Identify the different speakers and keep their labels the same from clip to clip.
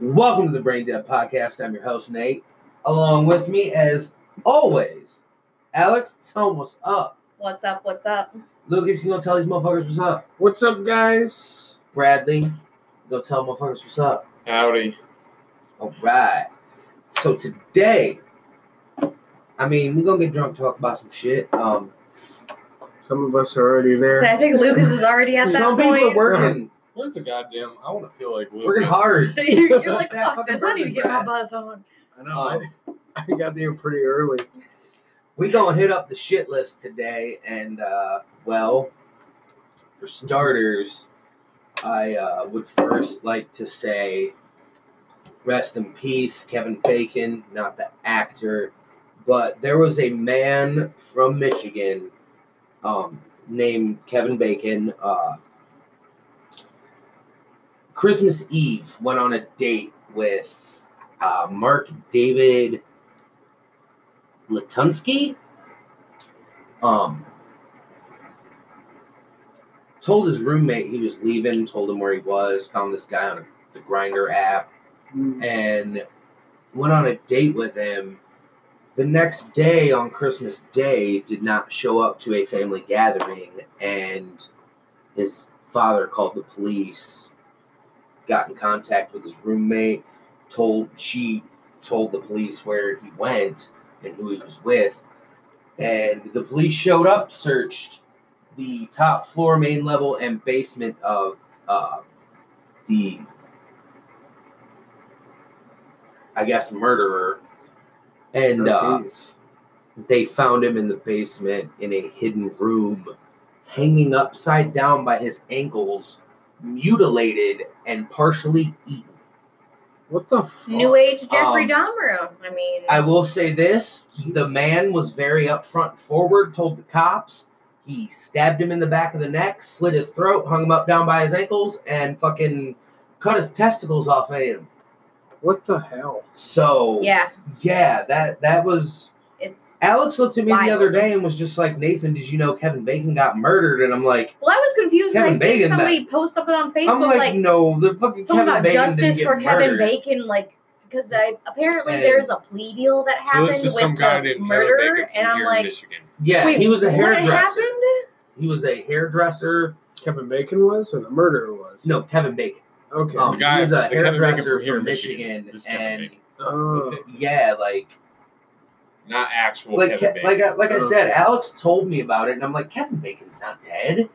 Speaker 1: Welcome to the Brain Dead Podcast. I'm your host, Nate. Along with me, as always, Alex Tom, what's up?
Speaker 2: What's up? What's up?
Speaker 1: Lucas, you gonna tell these motherfuckers what's up?
Speaker 3: What's up, guys?
Speaker 1: Bradley, you gonna tell motherfuckers what's up?
Speaker 3: Howdy.
Speaker 1: All right. So today, I mean, we're gonna get drunk, talk about some shit. Um,
Speaker 3: Some of us are already
Speaker 2: So I
Speaker 3: there.
Speaker 2: think Lucas is already at that
Speaker 1: some people
Speaker 2: point.
Speaker 1: are working,
Speaker 4: Where's the goddamn? I want to feel like Lucas.
Speaker 1: working hard.
Speaker 2: You're, you're like,
Speaker 1: That
Speaker 2: fuck
Speaker 1: fucking
Speaker 2: this. I need to
Speaker 1: bourbon
Speaker 2: get my
Speaker 1: bread.
Speaker 2: buzz on.
Speaker 3: I
Speaker 1: Um,
Speaker 3: Uh, I, I got there pretty early.
Speaker 1: we gonna hit up the shit list today, and uh, well, for starters, I uh, would first like to say rest in peace, Kevin Bacon, not the actor, but there was a man from Michigan um, named Kevin Bacon. Uh, Christmas Eve went on a date with uh, Mark David. Latunsky um, told his roommate he was leaving, told him where he was, found this guy on the Grinder app, and went on a date with him. The next day, on Christmas Day, did not show up to a family gathering, and his father called the police, got in contact with his roommate, told she told the police where he went, and who he was with. And the police showed up, searched the top floor, main level, and basement of uh, the, I guess, murderer. And uh,
Speaker 3: Oh, jeez.
Speaker 1: they found him in the basement in a hidden room, hanging upside down by his ankles, mutilated and partially eaten.
Speaker 3: what the fuck?
Speaker 2: New Age Jeffrey
Speaker 1: Um,
Speaker 2: Dahmer. I mean,
Speaker 1: I will say this: the man was very upfront, and forward. Told the cops he stabbed him in the back of the neck, slit his throat, hung him up down by his ankles, and fucking cut his testicles off at him.
Speaker 3: What the hell?
Speaker 1: So
Speaker 2: yeah,
Speaker 1: yeah, that that was.
Speaker 2: it's.
Speaker 1: Alex looked at me the
Speaker 2: Wild.
Speaker 1: other day and was just like, "Nathan, did you know Kevin Bacon got murdered?" And I'm like,
Speaker 2: Well, I was confused when I
Speaker 1: Kevin
Speaker 2: seen
Speaker 1: Bacon,
Speaker 2: somebody post something on Facebook
Speaker 1: "I'm like, no, the fucking
Speaker 2: something
Speaker 1: Kevin
Speaker 2: about
Speaker 1: Bacon didn't
Speaker 2: justice
Speaker 1: get
Speaker 2: for Kevin
Speaker 1: murdered."
Speaker 2: Bacon, like because I, apparently
Speaker 1: And-
Speaker 2: there's a plea deal that
Speaker 4: So
Speaker 2: happened
Speaker 4: this
Speaker 2: with
Speaker 4: is some guy
Speaker 2: the
Speaker 4: named Kevin
Speaker 2: murder,
Speaker 4: Bacon from
Speaker 2: and I'm
Speaker 4: here in
Speaker 2: like,
Speaker 4: Michigan.
Speaker 1: Yeah,
Speaker 2: wait,
Speaker 1: he was a
Speaker 2: What
Speaker 1: hairdresser.
Speaker 2: happened?
Speaker 1: He was a hairdresser.
Speaker 3: Kevin Bacon was, or the murderer was?
Speaker 1: No, Kevin Bacon.
Speaker 3: Okay.
Speaker 1: Um,
Speaker 4: Guy-
Speaker 1: he was a
Speaker 4: the Kevin Bacon
Speaker 1: hairdresser
Speaker 4: from here
Speaker 1: from
Speaker 4: in Michigan.
Speaker 1: Michigan,
Speaker 4: This Kevin
Speaker 1: and.
Speaker 4: Bacon.
Speaker 3: oh,
Speaker 1: yeah, like
Speaker 4: Not actual
Speaker 1: like
Speaker 4: Kevin
Speaker 1: Ke-
Speaker 4: Bacon.
Speaker 1: like I, like I
Speaker 3: Oh.
Speaker 1: said, Alex told me about it, and I'm like, Kevin Bacon's not dead.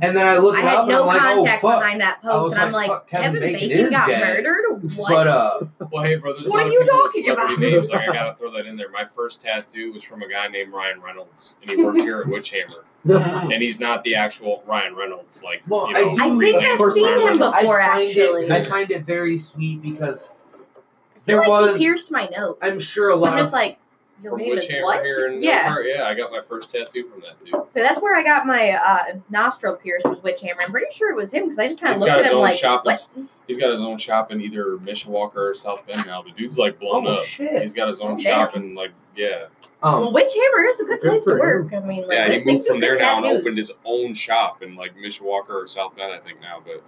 Speaker 1: and then I look
Speaker 2: I
Speaker 1: it
Speaker 2: had
Speaker 1: up,
Speaker 2: no
Speaker 1: and I'm like, oh
Speaker 2: context
Speaker 1: fuck.
Speaker 2: behind that
Speaker 1: I was
Speaker 2: post, and I'm
Speaker 1: like,
Speaker 2: like,
Speaker 1: fuck, Kevin Bacon is
Speaker 2: got
Speaker 1: dead.
Speaker 2: murdered. What?
Speaker 1: But uh,
Speaker 4: well, hey, bro, there's
Speaker 2: What
Speaker 4: a lot
Speaker 2: are
Speaker 4: of
Speaker 2: you
Speaker 4: people with
Speaker 2: talking
Speaker 4: celebrity
Speaker 2: about?
Speaker 4: names. Like, I gotta throw that in there. My first tattoo was from a guy named Ryan Reynolds, and he worked here at Witchhammer. And he's not the actual Ryan Reynolds. Like,
Speaker 1: Well,
Speaker 4: you
Speaker 1: I
Speaker 4: know,
Speaker 1: do
Speaker 2: I
Speaker 4: the
Speaker 2: think
Speaker 4: name
Speaker 2: I've
Speaker 4: Ryan
Speaker 3: Person.
Speaker 2: seen him
Speaker 4: Reynolds.
Speaker 1: I
Speaker 2: before,
Speaker 1: find
Speaker 2: actually.
Speaker 1: it I find it very sweet because
Speaker 2: I feel
Speaker 1: there
Speaker 2: like
Speaker 1: was
Speaker 2: he pierced my nose.
Speaker 1: I'm sure a lot
Speaker 2: I'm
Speaker 1: of
Speaker 2: just like, your
Speaker 4: From
Speaker 2: name is
Speaker 4: Witchhammer
Speaker 2: what?
Speaker 4: here in
Speaker 2: yeah.
Speaker 4: Elkhart. yeah, I got my first tattoo from that dude.
Speaker 2: So that's where I got my uh, nostril pierced was Witchhammer. I'm pretty sure it was him because I just kind of
Speaker 4: He's
Speaker 2: looked
Speaker 4: got
Speaker 2: at
Speaker 4: his
Speaker 2: him
Speaker 4: own
Speaker 2: like,
Speaker 4: shop.
Speaker 2: what?
Speaker 4: It's- He's got his own shop in either Mishawaka or South Bend now. The dude's like blown
Speaker 1: oh
Speaker 4: up.
Speaker 1: shit.
Speaker 4: He's got his own
Speaker 2: Damn.
Speaker 4: shop and like yeah.
Speaker 2: Well,
Speaker 1: Um,
Speaker 2: Witchhammer is a good
Speaker 3: Good
Speaker 2: place to
Speaker 3: for
Speaker 2: work. I mean, like,
Speaker 4: Oh.
Speaker 2: I
Speaker 4: Yeah, he
Speaker 2: think
Speaker 4: moved
Speaker 2: you
Speaker 4: from there
Speaker 2: get
Speaker 4: now and
Speaker 2: tattoos.
Speaker 4: opened his own shop in like Mishawaka or South Bend, I think now. But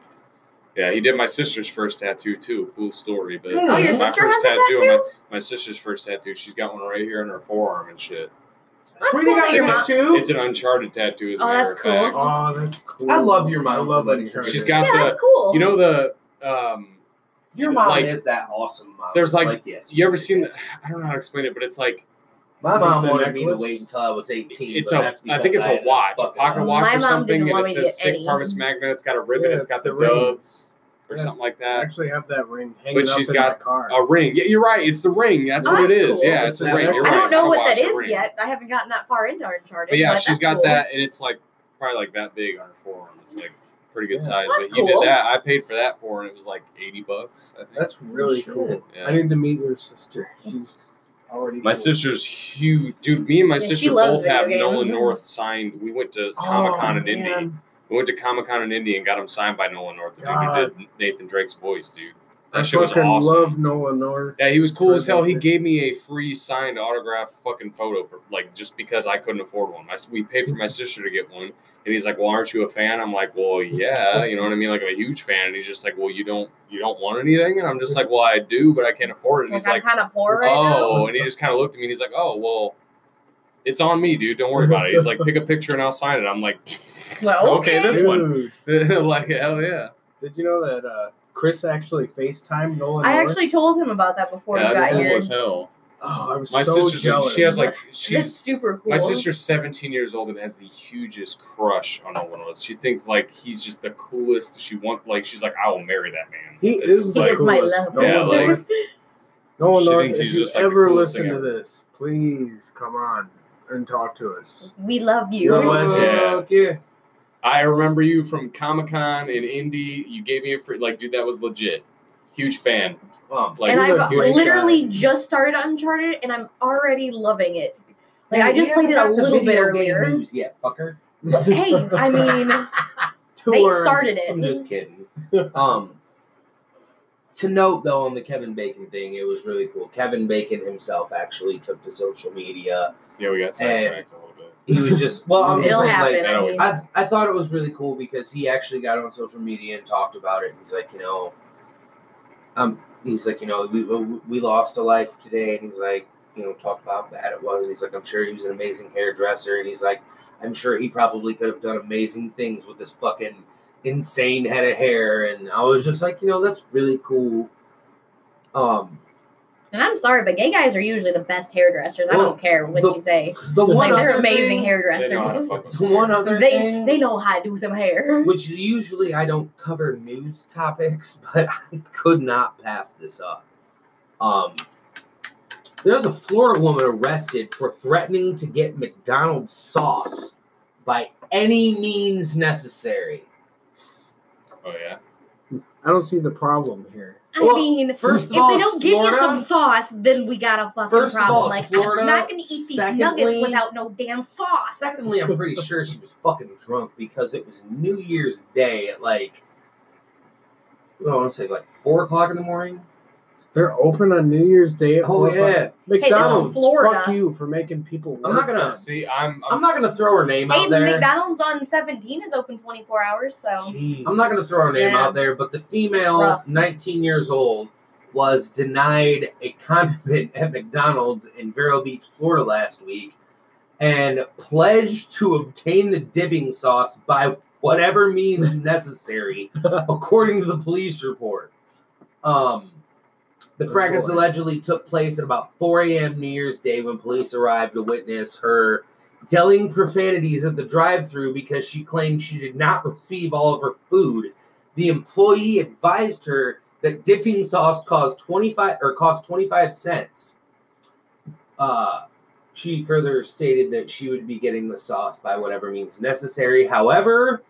Speaker 4: yeah, he did my sister's first tattoo too. Cool story. But
Speaker 1: Oh,
Speaker 2: Oh, your
Speaker 1: Yeah,
Speaker 4: my
Speaker 2: sister has
Speaker 4: first
Speaker 2: a
Speaker 4: tattoo,
Speaker 2: tattoo.
Speaker 4: My, my sister's first tattoo. She's got one right here in her forearm and shit.
Speaker 2: That's
Speaker 1: Sweetie
Speaker 2: cool
Speaker 1: got
Speaker 2: that your
Speaker 1: a
Speaker 2: mom-
Speaker 1: tattoo?
Speaker 4: It's an Uncharted tattoo, as a
Speaker 2: Oh,
Speaker 4: matter
Speaker 2: that's
Speaker 4: of fact.
Speaker 3: oh, that's cool.
Speaker 1: I love your mom
Speaker 3: I love
Speaker 1: for letting
Speaker 3: that
Speaker 1: her-
Speaker 3: shirt.
Speaker 4: She's got
Speaker 2: yeah,
Speaker 4: the-
Speaker 2: that's cool.
Speaker 4: You know the um,
Speaker 1: Your mom
Speaker 4: like-
Speaker 1: is that awesome mom.
Speaker 4: there's
Speaker 1: It's
Speaker 4: like-
Speaker 1: yes.
Speaker 4: you ever seen? The, I don't know how to explain it, but it's like
Speaker 1: My mom
Speaker 3: the
Speaker 1: wanted me to
Speaker 3: necklace?
Speaker 1: wait until I was 18.
Speaker 4: it's
Speaker 1: but
Speaker 4: a.
Speaker 1: that's
Speaker 4: I think
Speaker 1: because
Speaker 4: it's
Speaker 1: I
Speaker 4: a
Speaker 1: had
Speaker 4: watch, a
Speaker 1: fucking-
Speaker 4: pocket watch
Speaker 2: My
Speaker 4: or
Speaker 2: mom
Speaker 4: something,
Speaker 2: didn't
Speaker 4: and
Speaker 2: want
Speaker 4: it
Speaker 2: me to
Speaker 4: says
Speaker 2: get
Speaker 4: "Sick
Speaker 2: any.
Speaker 4: Harvest Magna." It's got a ribbon.
Speaker 3: Yeah,
Speaker 4: it's got
Speaker 3: it's the
Speaker 4: the,
Speaker 3: ring.
Speaker 4: doves or
Speaker 3: Yes.
Speaker 4: something like
Speaker 3: I
Speaker 4: that.
Speaker 3: actually have that ring hanging
Speaker 4: But
Speaker 3: up
Speaker 4: she's
Speaker 3: in
Speaker 4: got
Speaker 3: my car.
Speaker 4: A ring. Yeah, you're right. It's the ring. That's
Speaker 2: Oh,
Speaker 4: what it
Speaker 2: that's
Speaker 4: is.
Speaker 2: cool.
Speaker 4: Yeah, it's a
Speaker 3: Yeah,
Speaker 4: ring.
Speaker 3: that's
Speaker 4: You're
Speaker 2: I
Speaker 4: right.
Speaker 2: don't know
Speaker 4: Got a
Speaker 2: what
Speaker 4: watch,
Speaker 2: that
Speaker 4: a
Speaker 2: is
Speaker 4: ring.
Speaker 2: yet. I haven't gotten that far into Uncharted.
Speaker 4: But yeah,
Speaker 2: but
Speaker 4: she's
Speaker 2: that's
Speaker 4: got
Speaker 2: cool.
Speaker 4: that, and it's like probably like that big on her forearm. It's like pretty good
Speaker 3: Yeah.
Speaker 4: size.
Speaker 2: That's
Speaker 4: but he did
Speaker 2: cool.
Speaker 4: that. I paid for that for, her, and it was like eighty bucks. I think.
Speaker 3: That's really
Speaker 1: Shit.
Speaker 3: cool.
Speaker 4: Yeah.
Speaker 3: I need to meet your sister. She's already
Speaker 4: my
Speaker 3: cool.
Speaker 4: sister's huge, dude. Me and my
Speaker 2: Yeah, she
Speaker 4: sister
Speaker 2: loves
Speaker 4: both have
Speaker 2: video games. Oh,
Speaker 4: Nolan North signed. We went to Comic
Speaker 3: Oh,
Speaker 4: Con in Indy. We went to Comic Con in Indy and got him signed by Nolan North. The dude who
Speaker 3: God.
Speaker 4: did Nathan Drake's voice, dude. That shit was
Speaker 3: fucking
Speaker 4: awesome.
Speaker 3: love Noah North.
Speaker 4: Yeah, he was cool as hell. He
Speaker 3: Perfect.
Speaker 4: gave me a free signed autograph fucking photo for like just because I couldn't afford one. My, we paid for my sister to get one, and he's like, "Well, aren't you a fan?" I'm like, "Well, yeah, you know what I mean? Like I'm a huge fan." And he's just like, "Well, you don't you don't want anything?" And I'm just like, "Well, I do, but I can't afford it." And
Speaker 2: Like,
Speaker 4: he's
Speaker 2: I'm
Speaker 4: like,
Speaker 2: kind of poor right now.
Speaker 4: "Oh," and he just kind of looked at me and he's like, "Oh, well, it's on me, dude. Don't worry about it." He's like, "Pick a picture and I'll sign it." I'm like,
Speaker 2: Well,
Speaker 4: okay,
Speaker 2: okay.
Speaker 4: this one."
Speaker 3: Dude,
Speaker 4: like hell yeah.
Speaker 3: Did you know that uh, Chris actually FaceTimed Noah
Speaker 2: I
Speaker 3: North?
Speaker 2: actually told him about that before
Speaker 4: Yeah,
Speaker 2: we
Speaker 4: that's
Speaker 2: got
Speaker 4: cool
Speaker 2: here.
Speaker 4: as hell.
Speaker 3: Oh, I was
Speaker 4: My
Speaker 3: so
Speaker 4: sister's
Speaker 3: jealous.
Speaker 4: she has like
Speaker 2: That's
Speaker 4: she's
Speaker 2: super cool.
Speaker 4: My sister's 17 years old and has the hugest crush on Owen Wilson. She thinks like he's just the coolest. She wants like she's like I will marry that man.
Speaker 3: He
Speaker 4: It's
Speaker 3: is
Speaker 4: just
Speaker 3: the
Speaker 2: He
Speaker 4: like,
Speaker 2: is my
Speaker 3: coolest.
Speaker 2: love.
Speaker 3: Noah
Speaker 4: Yeah, like-
Speaker 3: North. Noah
Speaker 4: She
Speaker 3: North,
Speaker 4: thinks
Speaker 3: if
Speaker 4: he's
Speaker 3: you
Speaker 4: just, like, the
Speaker 3: ever
Speaker 4: coolest
Speaker 3: listen
Speaker 4: thing
Speaker 3: to this, please come on and talk to us.
Speaker 2: we love you.
Speaker 3: You're a
Speaker 4: Yeah.
Speaker 3: legend. Yeah.
Speaker 4: I remember you from Comic Con in Indy. You gave me a free like, dude, that was legit. Huge fan.
Speaker 1: Well,
Speaker 4: Like,
Speaker 2: and
Speaker 3: you're
Speaker 2: I've
Speaker 3: the huge
Speaker 2: literally
Speaker 3: guy.
Speaker 2: just started Uncharted, and I'm already loving it. Like
Speaker 1: man,
Speaker 2: I
Speaker 1: we
Speaker 2: just
Speaker 1: haven't
Speaker 2: played it a
Speaker 1: got to
Speaker 2: little bit
Speaker 1: video game
Speaker 2: earlier.
Speaker 1: News yet, fucker.
Speaker 2: hey, I mean, they
Speaker 3: Tour.
Speaker 2: started
Speaker 1: I'm
Speaker 2: it.
Speaker 1: just kidding. Um, to note though, on the Kevin Bacon thing, it was really cool. Kevin Bacon himself actually took to social media.
Speaker 4: Yeah, we got sidetracked a little bit.
Speaker 1: He was just well, I'm just
Speaker 2: It'll
Speaker 1: saying, like
Speaker 2: happen.
Speaker 4: that
Speaker 2: I
Speaker 4: always-
Speaker 2: mean.
Speaker 1: I, I thought it was really cool because he actually got on social media and talked about it. He's like, you know, um, he's like, you know, we, we we lost a life today, and he's like, you know, talked about how bad it was, and he's like, I'm sure he was an amazing hairdresser, and he's like, I'm sure he probably could have done amazing things with this fucking insane head of hair, and I was just like, you know, that's really cool. Um,
Speaker 2: And I'm sorry, but gay guys are usually the best hairdressers. I
Speaker 1: Well,
Speaker 2: don't care what
Speaker 1: the
Speaker 2: you say.
Speaker 1: the one
Speaker 2: Like they're
Speaker 1: other thing-
Speaker 2: amazing
Speaker 4: They know how to
Speaker 2: hairdressers.
Speaker 4: fuck with
Speaker 1: The one other
Speaker 2: They
Speaker 1: thing,
Speaker 2: they know how to do some hair.
Speaker 1: which usually I don't cover news topics, but I could not pass this up. Um, there's a Florida woman arrested for threatening to get McDonald's sauce by any means necessary.
Speaker 4: Oh yeah.
Speaker 3: I don't see the problem here.
Speaker 2: I
Speaker 1: Well,
Speaker 2: mean,
Speaker 1: First
Speaker 2: if
Speaker 1: of
Speaker 2: they
Speaker 1: all,
Speaker 2: don't give you
Speaker 1: Florida,
Speaker 2: some sauce, then we got a fucking
Speaker 1: First of
Speaker 2: problem.
Speaker 1: all,
Speaker 2: like
Speaker 1: Florida.
Speaker 2: I'm not gonna eat these
Speaker 1: Secondly-
Speaker 2: nuggets without no damn sauce.
Speaker 1: Secondly, I'm pretty sure she was fucking drunk because it was New Year's Day at like, I want to say like four o'clock in the morning.
Speaker 3: They're open on New Year's Day at
Speaker 1: Oh
Speaker 3: four o'clock.
Speaker 1: yeah,
Speaker 3: McDonald's,
Speaker 2: Florida.
Speaker 3: fuck you for making people work.
Speaker 1: I'm not gonna.
Speaker 4: See, I'm
Speaker 1: I'm not gonna throw her name
Speaker 2: hey,
Speaker 1: out there.
Speaker 2: McDonald's on 17 is open 24 hours, so
Speaker 3: Jeez.
Speaker 1: I'm not going to throw her name
Speaker 2: Yeah.
Speaker 1: out there, but the female,
Speaker 2: Rough.
Speaker 1: 19 years old, was denied a condiment at McDonald's in Vero Beach, Florida last week and pledged to obtain the dipping sauce by whatever means necessary, according to the police report. Um, the
Speaker 3: Oh,
Speaker 1: fracas
Speaker 3: boy.
Speaker 1: allegedly took place at about 4 a.m. New Year's Day when police arrived to witness her yelling profanities at the drive-through because she claimed she did not receive all of her food. The employee advised her that dipping sauce caused 25 or cost 25 cents. Uh she further stated that she would be getting the sauce by whatever means necessary. However,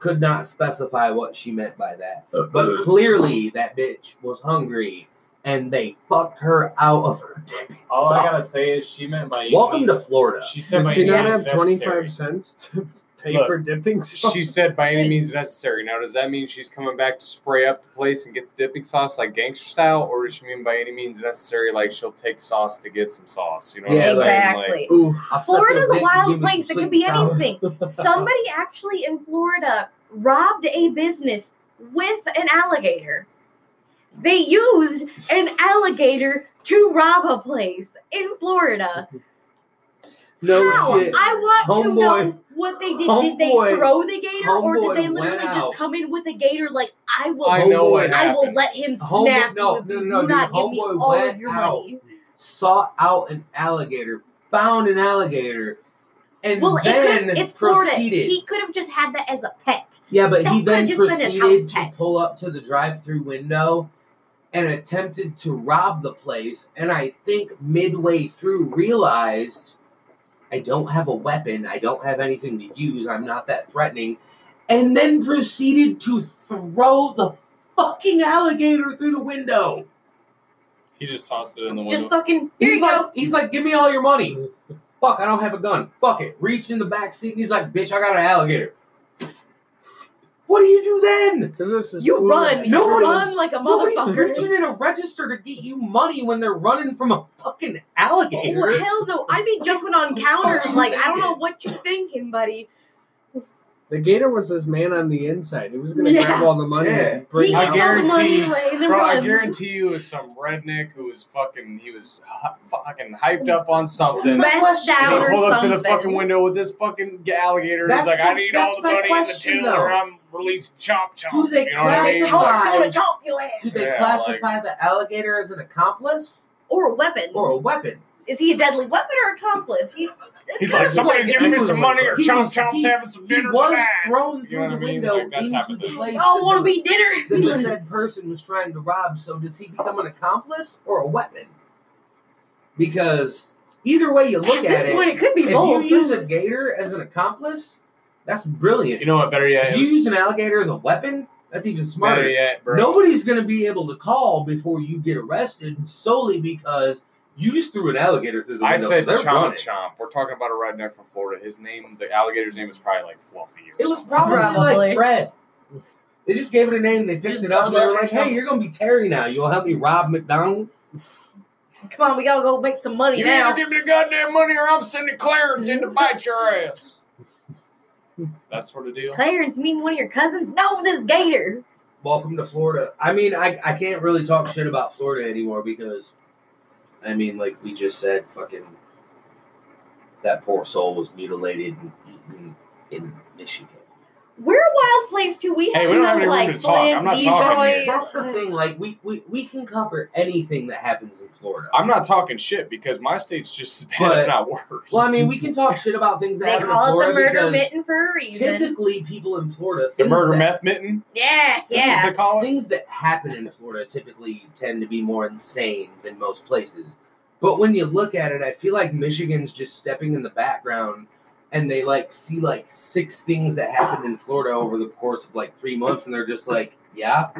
Speaker 1: could not specify what she meant by that. But clearly that bitch was hungry and they fucked her out of her dipping
Speaker 4: All I
Speaker 1: sauce.
Speaker 4: gotta say is she meant by
Speaker 1: Welcome to Florida.
Speaker 4: She said by
Speaker 3: Did you
Speaker 4: any
Speaker 3: not
Speaker 4: means
Speaker 3: have
Speaker 4: necessary.
Speaker 3: 25 cents to pay
Speaker 4: Look,
Speaker 3: for dipping sauce?
Speaker 4: She said by any means necessary. Now, does that mean she's coming back to spray up the place and get the dipping sauce like gangster style, or does she mean by any means necessary like she'll take sauce to get some sauce? You know
Speaker 1: Yeah,
Speaker 4: what I'm saying?
Speaker 2: exactly.
Speaker 4: Like,
Speaker 3: Oof.
Speaker 1: I'll suck
Speaker 2: Florida's
Speaker 1: your
Speaker 2: a
Speaker 1: dick and give me
Speaker 2: wild
Speaker 1: some
Speaker 2: place. It
Speaker 1: sweet
Speaker 2: could be
Speaker 1: and sour.
Speaker 2: anything. Somebody actually in Florida robbed a business with an alligator. They used an alligator to rob a place in Florida.
Speaker 1: No
Speaker 2: How?
Speaker 1: shit.
Speaker 2: I want to know
Speaker 1: Homeboy-
Speaker 2: what they did. did
Speaker 1: homeboy-
Speaker 2: they throw the gator
Speaker 1: homeboy
Speaker 2: or did they
Speaker 1: went
Speaker 2: literally
Speaker 1: out.
Speaker 2: just come in with a gator like I will
Speaker 4: I
Speaker 1: Homeboy-
Speaker 4: know what
Speaker 2: I will
Speaker 4: happened.
Speaker 2: let him
Speaker 1: Homeboy-
Speaker 2: snap
Speaker 1: no,
Speaker 2: you if
Speaker 1: no,
Speaker 2: you
Speaker 1: no,
Speaker 2: do
Speaker 1: dude.
Speaker 2: not give me
Speaker 1: Homeboy
Speaker 2: all
Speaker 1: went
Speaker 2: of your
Speaker 1: out.
Speaker 2: money.
Speaker 1: Sought out an alligator, found an alligator, and
Speaker 2: Well, it
Speaker 1: then
Speaker 2: could, it's Florida.
Speaker 1: proceeded.
Speaker 2: He could have just had that as a pet.
Speaker 1: yeah, but he
Speaker 2: that
Speaker 1: then
Speaker 2: could've just been his
Speaker 1: proceeded
Speaker 2: house
Speaker 1: to
Speaker 2: pet.
Speaker 1: pull up to the drive-through window and attempted to rob the place. And I think midway through realized I don't have a weapon. I don't have anything to use. I'm not that threatening. And then proceeded to throw the fucking alligator through the window.
Speaker 4: he just tossed it in the window.
Speaker 2: Just fucking. Here
Speaker 1: He's
Speaker 2: you go.
Speaker 1: like, he's like, give me all your money. Fuck, I don't have a gun. Fuck it. Reached in the back seat and he's like, bitch, I got an alligator. What do you do then?
Speaker 3: Because this is
Speaker 2: You
Speaker 3: food.
Speaker 2: run. You
Speaker 1: Nobody's-
Speaker 2: run like a
Speaker 1: Nobody's
Speaker 2: motherfucker.
Speaker 1: reaching in a register to get you money when they're running from a fucking alligator.
Speaker 2: Oh, hell no. I'd be jumping on counters
Speaker 1: fucking
Speaker 2: like, I don't
Speaker 1: thinking?
Speaker 2: know what you're thinking, buddy.
Speaker 3: The gator was this man on the inside. He was gonna
Speaker 2: Yeah.
Speaker 3: grab all the money
Speaker 1: Yeah.
Speaker 3: and bring
Speaker 2: he
Speaker 3: it
Speaker 4: I
Speaker 2: gets
Speaker 3: out.
Speaker 2: all the money
Speaker 4: guarantee-
Speaker 2: away and then
Speaker 4: Bro, I
Speaker 2: runs.
Speaker 4: guarantee you, it was some redneck who was fucking. He was hu- fucking hyped up on something.
Speaker 1: That's my
Speaker 2: Smashed
Speaker 1: question.
Speaker 4: And
Speaker 2: down
Speaker 4: he
Speaker 2: or
Speaker 4: pulled up to the
Speaker 2: something.
Speaker 4: fucking window with this fucking alligator. and
Speaker 1: That's
Speaker 4: He's like,
Speaker 1: my-
Speaker 4: I need
Speaker 1: that's
Speaker 4: all the
Speaker 1: my
Speaker 4: money in the
Speaker 1: question,
Speaker 4: till,
Speaker 1: though.
Speaker 4: or I'm released chomp chomp.
Speaker 1: Do they
Speaker 4: you know what I mean?
Speaker 2: Torch,
Speaker 1: classify-
Speaker 4: Like,
Speaker 2: gonna chomp your ass.
Speaker 1: Do they
Speaker 4: Yeah,
Speaker 1: classify the alligator as an accomplice
Speaker 2: Or a weapon.
Speaker 1: or a weapon?
Speaker 2: Is he a deadly weapon or accomplice? He,
Speaker 4: he's like, somebody's
Speaker 1: He
Speaker 4: giving me
Speaker 1: was-
Speaker 4: some money, or
Speaker 1: he
Speaker 4: chomp
Speaker 1: was-
Speaker 4: chomp's
Speaker 1: he-
Speaker 4: having some
Speaker 1: He
Speaker 4: dinner
Speaker 1: was
Speaker 4: tonight.
Speaker 1: thrown
Speaker 4: You know
Speaker 1: through
Speaker 4: what
Speaker 1: the
Speaker 4: I mean?
Speaker 1: window
Speaker 4: Like, that type
Speaker 1: into
Speaker 4: of
Speaker 1: the
Speaker 4: thing.
Speaker 1: place.
Speaker 2: Y'all want to be
Speaker 1: Then the
Speaker 2: dinner?
Speaker 1: said person was trying to rob. So does he become an accomplice or a weapon? Because either way you look
Speaker 2: At
Speaker 1: at
Speaker 2: this point,
Speaker 1: it,
Speaker 2: it could be
Speaker 1: if
Speaker 2: both.
Speaker 1: you use a gator as an accomplice, that's brilliant.
Speaker 4: You know what? Better yet,
Speaker 1: if
Speaker 4: it
Speaker 1: you
Speaker 4: was
Speaker 1: use an alligator as a weapon, that's even smarter.
Speaker 4: better yet, bro.
Speaker 1: Nobody's going to be able to call before you get arrested solely because you just threw an alligator through the
Speaker 4: I
Speaker 1: window. so
Speaker 4: said
Speaker 1: they're
Speaker 4: chomp
Speaker 1: running.
Speaker 4: chomp. We're talking about a redneck from Florida. His name, the alligator's name, is probably like Fluffy. Or
Speaker 1: It was
Speaker 4: something.
Speaker 1: probably,
Speaker 2: Probably.
Speaker 1: like Fred. They just gave it a name. They picked
Speaker 2: Just
Speaker 1: it up. And they
Speaker 2: Bubba
Speaker 1: were
Speaker 2: or
Speaker 1: like, "Hey,
Speaker 2: something.
Speaker 1: you're gonna be Terry now. You'll help me rob McDonald."
Speaker 2: Come on, we gotta go make some money
Speaker 4: You
Speaker 2: now.
Speaker 4: either give me the goddamn money, or I'm sending Clarence in to bite your ass. That's sort of deal.
Speaker 2: Clarence, you mean one of your cousins? No, this gator.
Speaker 1: Welcome to Florida. I mean, I I can't really talk shit about Florida anymore because, I mean, like we just said, fucking that poor soul was mutilated and eaten in Michigan.
Speaker 2: We're a wild place too. We have,
Speaker 4: Hey, we don't have any room
Speaker 2: like uh,
Speaker 4: to talk. I'm not
Speaker 2: Flint,
Speaker 4: talking
Speaker 2: Detroit.
Speaker 4: here.
Speaker 1: That's the thing. Like we, we we can cover anything that happens in Florida.
Speaker 4: I'm not talking shit because my state's just as bad,
Speaker 1: But-
Speaker 4: if not worse.
Speaker 1: Well, I mean, we can talk shit about things that
Speaker 2: They
Speaker 1: happen in
Speaker 2: call it the
Speaker 1: Florida
Speaker 2: murder
Speaker 1: because
Speaker 2: mitten for a reason.
Speaker 1: typically people in Florida
Speaker 4: the
Speaker 1: things
Speaker 4: murder
Speaker 1: that
Speaker 4: meth mitten.
Speaker 2: Yeah,
Speaker 4: This is
Speaker 2: yeah.
Speaker 4: the calling.
Speaker 1: things that happen in Florida typically tend to be more insane than most places. But when you look at it, I feel like Michigan's just stepping in the background and they like see like six things that happened in Florida over the course of like three months and they're just like, yeah,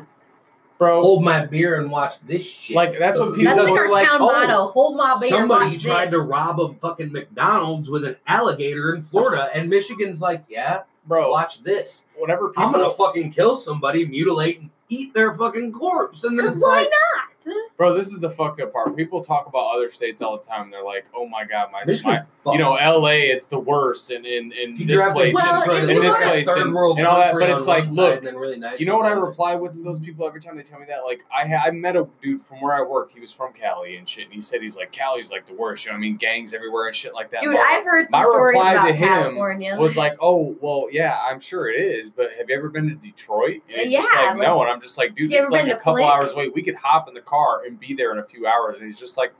Speaker 4: Bro,
Speaker 1: hold my beer and watch this shit.
Speaker 4: Oh. like that's what people
Speaker 2: That's like
Speaker 1: were
Speaker 2: our
Speaker 1: like,
Speaker 2: town
Speaker 1: oh,
Speaker 2: motto. Hold my beer.
Speaker 1: Somebody
Speaker 2: watch
Speaker 1: tried
Speaker 2: this.
Speaker 1: to rob a fucking McDonald's with an alligator in Florida and Michigan's like, yeah,
Speaker 4: bro,
Speaker 1: watch this.
Speaker 4: whenever people
Speaker 1: I'm gonna fucking kill somebody, mutilate, and eat their fucking corpse. And then
Speaker 2: 'Cause
Speaker 1: it's
Speaker 2: why
Speaker 1: like,
Speaker 2: not?
Speaker 4: Bro, this is the fucked up part. People talk about other states all the time and they're like, "Oh my god, my,
Speaker 1: Michigan's
Speaker 4: my
Speaker 1: fucked.
Speaker 4: you know, LA, it's the worst and in in
Speaker 1: If you
Speaker 4: this
Speaker 1: drive
Speaker 4: place
Speaker 1: to
Speaker 2: Well,
Speaker 4: and-
Speaker 1: Detroit,
Speaker 2: if
Speaker 1: it
Speaker 2: you
Speaker 1: looks
Speaker 2: look
Speaker 1: like
Speaker 4: at-
Speaker 1: third world
Speaker 4: and all that,
Speaker 1: country
Speaker 4: but
Speaker 1: on
Speaker 4: it's
Speaker 1: one
Speaker 4: like,
Speaker 1: side
Speaker 4: look,
Speaker 1: and then really nice
Speaker 4: You know what I
Speaker 1: on the other.
Speaker 4: reply with to those people every time they tell me that? Like, I ha- I met a dude from where I work. He was from Cali and shit, and he said he's like Cali's like the worst. You know what I mean? Gangs everywhere and shit like that.
Speaker 2: Dude,
Speaker 4: Blah,
Speaker 2: I've heard some
Speaker 4: my
Speaker 2: stories
Speaker 4: reply
Speaker 2: about
Speaker 4: to him
Speaker 2: California.
Speaker 4: was like, oh well, yeah, I'm sure it is, but have you ever been to Detroit? And it's just
Speaker 2: Yeah,
Speaker 4: like,
Speaker 2: like-
Speaker 4: no, and I'm just like, dude,
Speaker 2: You
Speaker 4: it's
Speaker 2: ever
Speaker 4: like
Speaker 2: been
Speaker 4: a
Speaker 2: to
Speaker 4: couple
Speaker 2: Flint?
Speaker 4: hours away. We could hop in the car and be there in a few hours, and he's just like,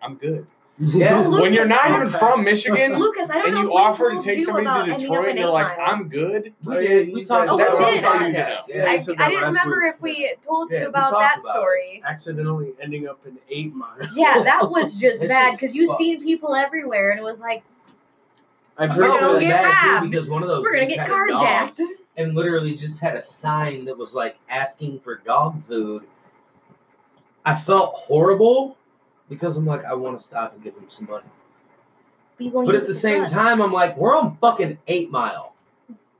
Speaker 4: I'm good.
Speaker 1: Yeah.
Speaker 2: Lucas,
Speaker 4: when you're not
Speaker 2: I
Speaker 4: even
Speaker 1: don't-
Speaker 4: from Michigan.
Speaker 2: Lucas, I don't
Speaker 4: And
Speaker 2: know if
Speaker 4: you
Speaker 2: we
Speaker 4: offer to
Speaker 2: told
Speaker 4: take
Speaker 2: you
Speaker 4: somebody
Speaker 2: about
Speaker 4: to
Speaker 2: ending
Speaker 4: Detroit,
Speaker 2: up in
Speaker 4: and you're like,
Speaker 2: Avon.
Speaker 4: I'm good.
Speaker 1: We did. We talked
Speaker 2: Oh,
Speaker 1: about
Speaker 2: we
Speaker 1: it
Speaker 2: did,
Speaker 1: on the
Speaker 2: I-
Speaker 1: podcast.
Speaker 3: Yeah,
Speaker 1: Yeah.
Speaker 3: you
Speaker 2: I,
Speaker 3: said
Speaker 2: I
Speaker 3: that
Speaker 2: didn't
Speaker 3: last
Speaker 2: remember
Speaker 3: week.
Speaker 2: if we told
Speaker 1: Yeah,
Speaker 2: you
Speaker 1: we
Speaker 2: about
Speaker 1: talked
Speaker 2: that
Speaker 1: about it.
Speaker 2: story.
Speaker 3: accidentally ending up in eight mile.
Speaker 2: Yeah, that was just
Speaker 1: This
Speaker 2: bad
Speaker 1: is
Speaker 2: because you
Speaker 1: fucked.
Speaker 2: see people everywhere, and it was like
Speaker 3: I've
Speaker 1: I
Speaker 2: We're
Speaker 1: felt
Speaker 2: gonna
Speaker 1: really
Speaker 2: get
Speaker 1: bad too
Speaker 2: robbed.
Speaker 1: because one of those
Speaker 2: we're gonna
Speaker 1: dudes
Speaker 2: get
Speaker 1: had a dog
Speaker 2: carjacked.
Speaker 1: and literally just had a sign that was like asking for dog food. I felt horrible because I'm like, I want to stop and give him some money,
Speaker 2: We gonna
Speaker 1: but at
Speaker 2: use it
Speaker 1: the
Speaker 2: for
Speaker 1: same
Speaker 2: fun.
Speaker 1: time, I'm like, we're on fucking eight mile.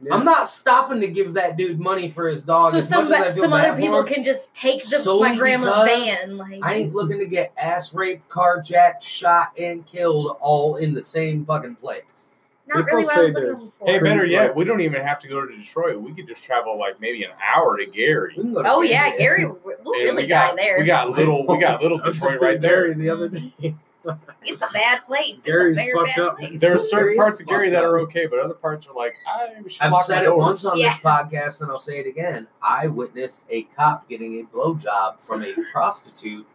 Speaker 3: Yeah.
Speaker 1: I'm not stopping to give that dude money for his dog.
Speaker 2: so
Speaker 1: as much as
Speaker 2: some
Speaker 1: I feel
Speaker 2: some
Speaker 1: bad
Speaker 2: other
Speaker 1: for
Speaker 2: people
Speaker 1: him.
Speaker 2: can just take the,
Speaker 1: Solely
Speaker 2: my grandma's
Speaker 1: because
Speaker 2: van. Like
Speaker 1: I ain't looking to get ass raped, carjacked, shot, and killed all in the same fucking place.
Speaker 2: not really what I
Speaker 3: People
Speaker 2: was
Speaker 3: say
Speaker 2: looking for.
Speaker 4: Hey, better
Speaker 3: Right.
Speaker 4: yet, we don't even have to go to Detroit. We could just travel like maybe an hour to Gary.
Speaker 1: We can go to
Speaker 2: oh
Speaker 1: Canada.
Speaker 2: yeah, Gary, we'll
Speaker 4: And
Speaker 2: really
Speaker 4: we got
Speaker 2: die there.
Speaker 4: we got little we got little
Speaker 3: I was
Speaker 4: Detroit
Speaker 3: just in
Speaker 4: right there.
Speaker 3: Gary the other day.
Speaker 2: it's a bad place. It's
Speaker 3: Gary's
Speaker 2: a very
Speaker 3: fucked
Speaker 2: bad
Speaker 3: up.
Speaker 2: place.
Speaker 4: There are certain
Speaker 1: Gary's
Speaker 4: parts of
Speaker 1: fucked
Speaker 4: Gary that
Speaker 1: up.
Speaker 4: are okay, but other parts are like I should
Speaker 1: I've
Speaker 4: lock my
Speaker 1: said it
Speaker 4: doors.
Speaker 1: once on
Speaker 2: Yeah.
Speaker 1: this podcast, and I'll say it again. I witnessed a cop getting a blowjob from a prostitute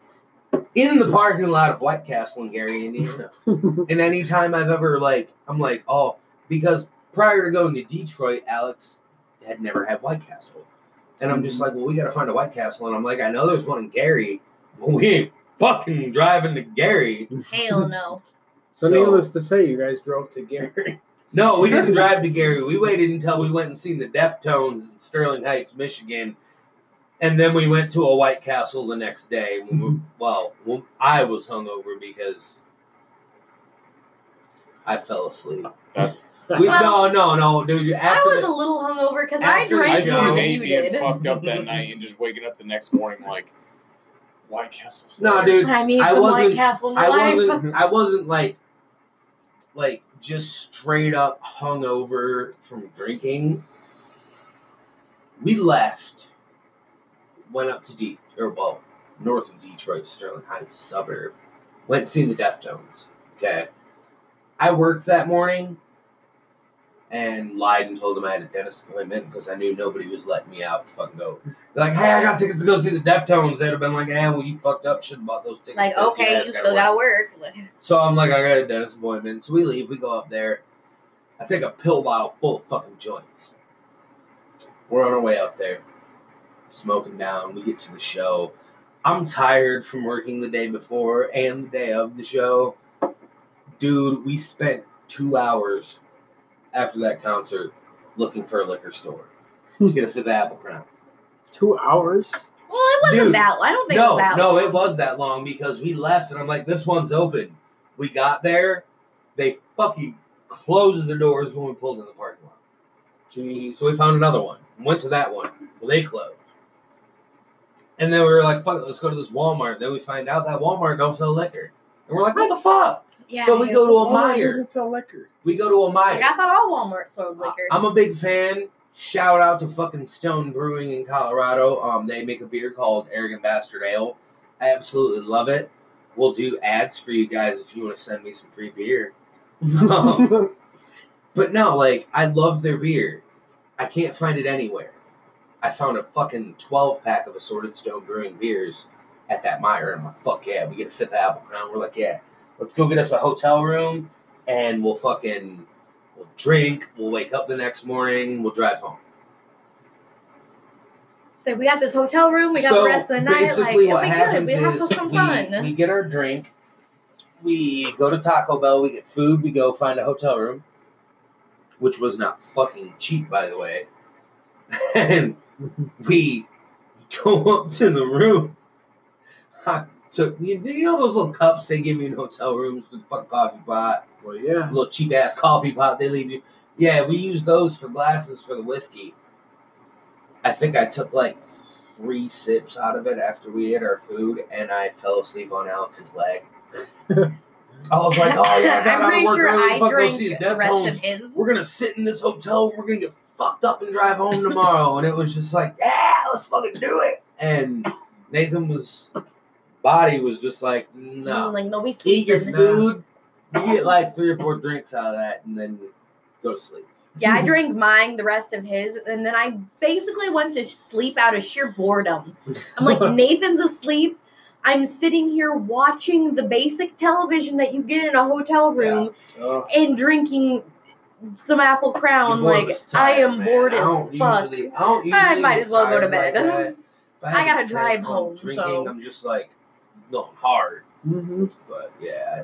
Speaker 1: in the parking lot of White Castle in Gary, Indiana. and anytime I've ever like, I'm like, oh, because prior to going to Detroit, Alex had never had White Castle, and I'm just like, well, we got to find a White Castle, and I'm like, I know there's one in Gary, but we ain't fucking driving to Gary.
Speaker 2: Hell no.
Speaker 3: So,
Speaker 1: So-
Speaker 3: needless to say, you guys drove to Gary.
Speaker 1: No, we didn't drive to Gary. We waited until we went and seen the Deftones in Sterling Heights, Michigan, and then we went to a White Castle the next day. We were- well, well, I was hungover because I fell asleep.
Speaker 4: That-
Speaker 1: We,
Speaker 2: Well,
Speaker 1: no, no, no, dude.
Speaker 2: I
Speaker 1: After
Speaker 2: was
Speaker 1: the,
Speaker 2: a little hungover because I
Speaker 1: after the
Speaker 4: I
Speaker 2: drank
Speaker 1: show-
Speaker 4: seen
Speaker 2: more than
Speaker 4: Nate
Speaker 2: you
Speaker 4: being
Speaker 2: did.
Speaker 4: fucked up that night and just waking up the next morning like, why Castle
Speaker 1: No,
Speaker 4: Sliders?
Speaker 1: dude.
Speaker 2: I need
Speaker 1: I
Speaker 2: some White
Speaker 1: wasn't-
Speaker 2: Castle in my
Speaker 1: I
Speaker 2: life.
Speaker 1: wasn't. I wasn't like, like just straight up hungover from drinking. We left, went up to deep or well, north of Detroit, Sterling Heights suburb. Went and seen the Deftones. Okay, I worked that morning. And lied and told them I had a dentist appointment because I knew nobody was letting me out. to Fucking go. They're like, hey, I got tickets to go see the Deftones. They'd have been like, eh, well, you fucked up. Should have bought those tickets.
Speaker 2: Like,
Speaker 1: 'cause
Speaker 2: okay, you
Speaker 1: guys
Speaker 2: still gotta work.
Speaker 1: so I'm like, I got a dentist appointment. So we leave, we go up there. I take a pill bottle full of fucking joints. We're on our way up there, smoking down. We get to the show. I'm tired from working the day before and the day of the show. Dude, we spent two hours after that concert looking for a liquor store to get a fifth apple crown.
Speaker 3: Two hours?
Speaker 2: Well, it wasn't
Speaker 1: Dude,
Speaker 2: that. I don't think it
Speaker 1: No,
Speaker 2: was that.
Speaker 1: no,
Speaker 2: long.
Speaker 1: it was that long because we left and I'm like, this one's open. We got there, they fucking closed the doors when we pulled in the parking lot.
Speaker 3: Jeez.
Speaker 1: So we found another one. Went to that one. Well, they closed. And then we were like, fuck it, let's go to this Walmart. Then we find out that Walmart don't sell liquor. And we're like, what the fuck?
Speaker 2: Yeah,
Speaker 1: so we go to a
Speaker 3: Why
Speaker 1: Meyer.
Speaker 3: Oh, doesn't sell liquor?
Speaker 1: We go to a
Speaker 2: Like,
Speaker 1: Meyer.
Speaker 2: I thought all Walmart sold liquor.
Speaker 1: I'm a big fan. Shout out to fucking Stone Brewing in Colorado. Um, they make a beer called Arrogant Bastard Ale. I absolutely love it. We'll do ads for you guys if you want to send me some free beer. Um, but no, like I love their beer. I can't find it anywhere. I found a fucking twelve pack of assorted Stone Brewing beers at that Meyer, and I'm like, fuck yeah, we get a fifth apple crown. We're like, yeah, let's go get us a hotel room, and we'll fucking We'll drink. We'll wake up the next morning. We'll drive home.
Speaker 2: so we got this hotel room. We got
Speaker 1: so
Speaker 2: the rest of the night. Like,
Speaker 1: basically, what
Speaker 2: it'll
Speaker 1: happens
Speaker 2: be good. We have
Speaker 1: is
Speaker 2: some
Speaker 1: we,
Speaker 2: fun.
Speaker 1: we get our drink. We go to Taco Bell. We get food. We go find a hotel room, which was not fucking cheap, by the way. And we go up to the room. I took you, you know those little cups they give you in hotel rooms for the fucking coffee pot.
Speaker 3: Well, yeah.
Speaker 1: little cheap ass coffee pot they leave you. Yeah, we use those for glasses for the whiskey. I think I took like three sips out of it after we ate our food, and I fell asleep on Alex's leg. I was like, "Oh yeah, I got
Speaker 2: I'm
Speaker 1: out of
Speaker 2: pretty
Speaker 1: work
Speaker 2: sure
Speaker 1: early. Fuck,
Speaker 2: I
Speaker 1: go
Speaker 2: drank
Speaker 1: see the
Speaker 2: the rest of
Speaker 1: Deftones.
Speaker 2: his.
Speaker 1: We're gonna sit in this hotel. We're gonna get fucked up and drive home tomorrow." and it was just like, "Yeah, let's fucking do it." And Nathan was body was just like, "No."
Speaker 2: I'm Mm, like, no, we
Speaker 1: eat your
Speaker 2: sleeping.
Speaker 1: food. You get like three or four drinks out of that, and then go to sleep.
Speaker 2: Yeah, I drank mine, the rest of his, and then I basically went to sleep out of sheer boredom. I'm like, Nathan's asleep. I'm sitting here watching the basic television that you get in a hotel room
Speaker 3: Oh,
Speaker 2: and drinking some apple crown.
Speaker 1: Your boy
Speaker 2: Like,
Speaker 1: was
Speaker 2: I
Speaker 1: tired,
Speaker 2: am
Speaker 1: man.
Speaker 2: bored
Speaker 1: I
Speaker 2: as
Speaker 1: don't
Speaker 2: fuck.
Speaker 1: Usually, I don't usually.
Speaker 2: I might
Speaker 1: get
Speaker 2: as well go to
Speaker 1: tired
Speaker 2: bed.
Speaker 1: like that. If
Speaker 2: I gotta
Speaker 1: haven't said
Speaker 2: drive
Speaker 1: I'm
Speaker 2: home,
Speaker 1: Drinking,
Speaker 2: so-
Speaker 1: I'm just like going hard,
Speaker 3: hmm
Speaker 1: but yeah, I,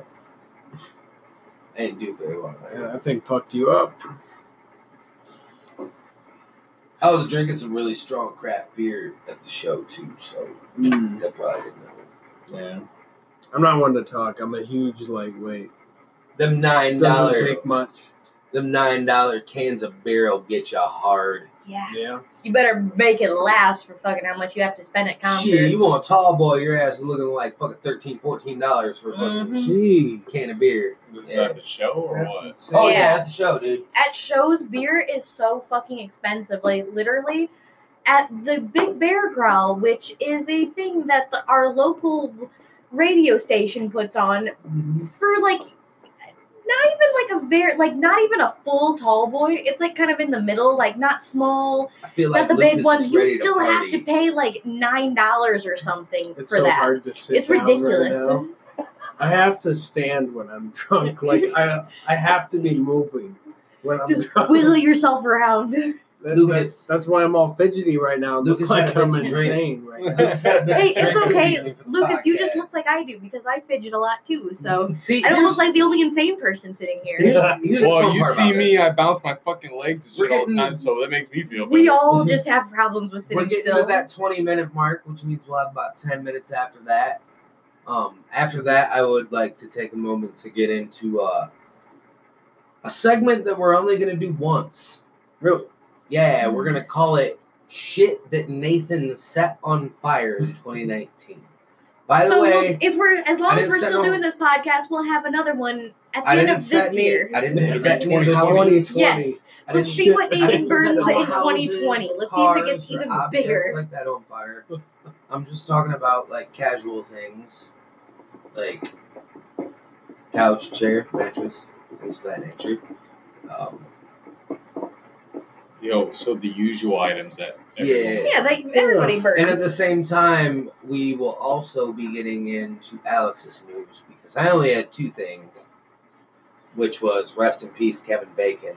Speaker 1: I didn't do very well.
Speaker 3: yeah, that thing fucked you up.
Speaker 1: I was drinking some really strong craft beer at the show too, so
Speaker 3: Mm.
Speaker 1: that probably didn't help. Yeah,
Speaker 3: I'm not one to talk. I'm a huge lightweight.
Speaker 1: them nine
Speaker 3: Doesn't
Speaker 1: dollar,
Speaker 3: take much.
Speaker 1: them nine dollar cans of beer will get you hard.
Speaker 2: Yeah.
Speaker 3: Yeah.
Speaker 2: You better make it last for fucking how much you have to spend at concerts.
Speaker 1: Shit, you want a tall boy, your ass is looking like fucking 13 dollars for a fucking
Speaker 2: Mhm.
Speaker 3: Jeez.
Speaker 1: can of beer.
Speaker 4: This
Speaker 1: Yeah.
Speaker 4: is at the show or
Speaker 3: That's
Speaker 4: what?
Speaker 3: insane.
Speaker 1: Oh yeah,
Speaker 2: Yeah.
Speaker 1: at the show, dude.
Speaker 2: at shows, beer is so fucking expensive. Like literally, at the Big Bear Growl, which is a thing that the, our local radio station puts on
Speaker 3: Mhm.
Speaker 2: for like not even like a very like not even a full tall boy. It's like kind of in the middle, like not small,
Speaker 1: I feel like
Speaker 2: not the
Speaker 1: Lucas
Speaker 2: big
Speaker 1: is
Speaker 2: ones.
Speaker 1: ready
Speaker 2: You still have
Speaker 1: party.
Speaker 2: to pay like nine dollars or something
Speaker 3: It's
Speaker 2: for
Speaker 3: so
Speaker 2: that.
Speaker 3: hard to sit
Speaker 2: it's
Speaker 3: down right
Speaker 2: ridiculous.
Speaker 3: now. I have to stand when I'm drunk. Like I, I have to be moving when I'm
Speaker 2: Just
Speaker 3: drunk.
Speaker 2: wiggle yourself around.
Speaker 3: That-
Speaker 1: Lucas.
Speaker 3: That's, that's why I'm all fidgety right now.
Speaker 1: Lucas
Speaker 3: Lucas, like
Speaker 1: had a
Speaker 3: I'm
Speaker 1: busy drink.
Speaker 3: insane right now.
Speaker 2: Hey,
Speaker 1: Drink
Speaker 2: it's
Speaker 1: this
Speaker 2: okay,
Speaker 1: evening for the
Speaker 2: Lucas. You just
Speaker 1: podcast.
Speaker 2: look like I do because I fidget a lot too. So
Speaker 1: See,
Speaker 2: I don't
Speaker 1: here's,
Speaker 2: look like the only insane person sitting here.
Speaker 1: here's, here's the
Speaker 4: Well,
Speaker 1: fun
Speaker 4: you
Speaker 1: part
Speaker 4: see
Speaker 1: about
Speaker 4: me,
Speaker 1: this.
Speaker 4: I bounce my fucking legs and
Speaker 1: We're
Speaker 4: shit all the
Speaker 1: getting-
Speaker 4: time, so that makes me feel
Speaker 2: We
Speaker 4: better.
Speaker 2: all just have problems with
Speaker 1: Mm-hmm. We're
Speaker 2: sitting
Speaker 1: getting
Speaker 2: still.
Speaker 1: to that 20 minute mark, which means we'll have about 10 minutes after that. Um, after that, I would like to take a moment to get into uh, a segment that we're only going to do once.
Speaker 3: Really?
Speaker 1: Yeah, we're going to call it Shit That Nathan Set on Fire in 2019. By the
Speaker 2: so
Speaker 1: way,
Speaker 2: we'll, if we're as long
Speaker 1: I
Speaker 2: as
Speaker 1: didn't
Speaker 2: we're
Speaker 1: set
Speaker 2: still
Speaker 1: no-
Speaker 2: doing this podcast, we'll have another one at the
Speaker 1: I
Speaker 2: end
Speaker 1: didn't
Speaker 2: of
Speaker 1: set
Speaker 2: this
Speaker 1: any,
Speaker 2: year.
Speaker 1: I didn't
Speaker 3: Yeah,
Speaker 1: set any
Speaker 3: 2020.
Speaker 1: houses.
Speaker 2: Yes.
Speaker 1: I
Speaker 2: Let's
Speaker 1: didn't
Speaker 2: see what
Speaker 1: I didn't
Speaker 2: Aiden burns
Speaker 1: set
Speaker 2: in
Speaker 1: no houses,
Speaker 2: 2020. Let's see if it gets
Speaker 1: cars, or
Speaker 2: even
Speaker 1: objects
Speaker 2: bigger.
Speaker 1: Like that on fire. I'm just talking about like casual things, like couch, chair, mattress, things of that nature. Um,
Speaker 4: Yo, so the usual items that.
Speaker 1: Yeah.
Speaker 2: yeah, like everybody burns.
Speaker 1: and at the same time, we will also be getting into Alex's news because I only had two things, which was rest in peace Kevin Bacon,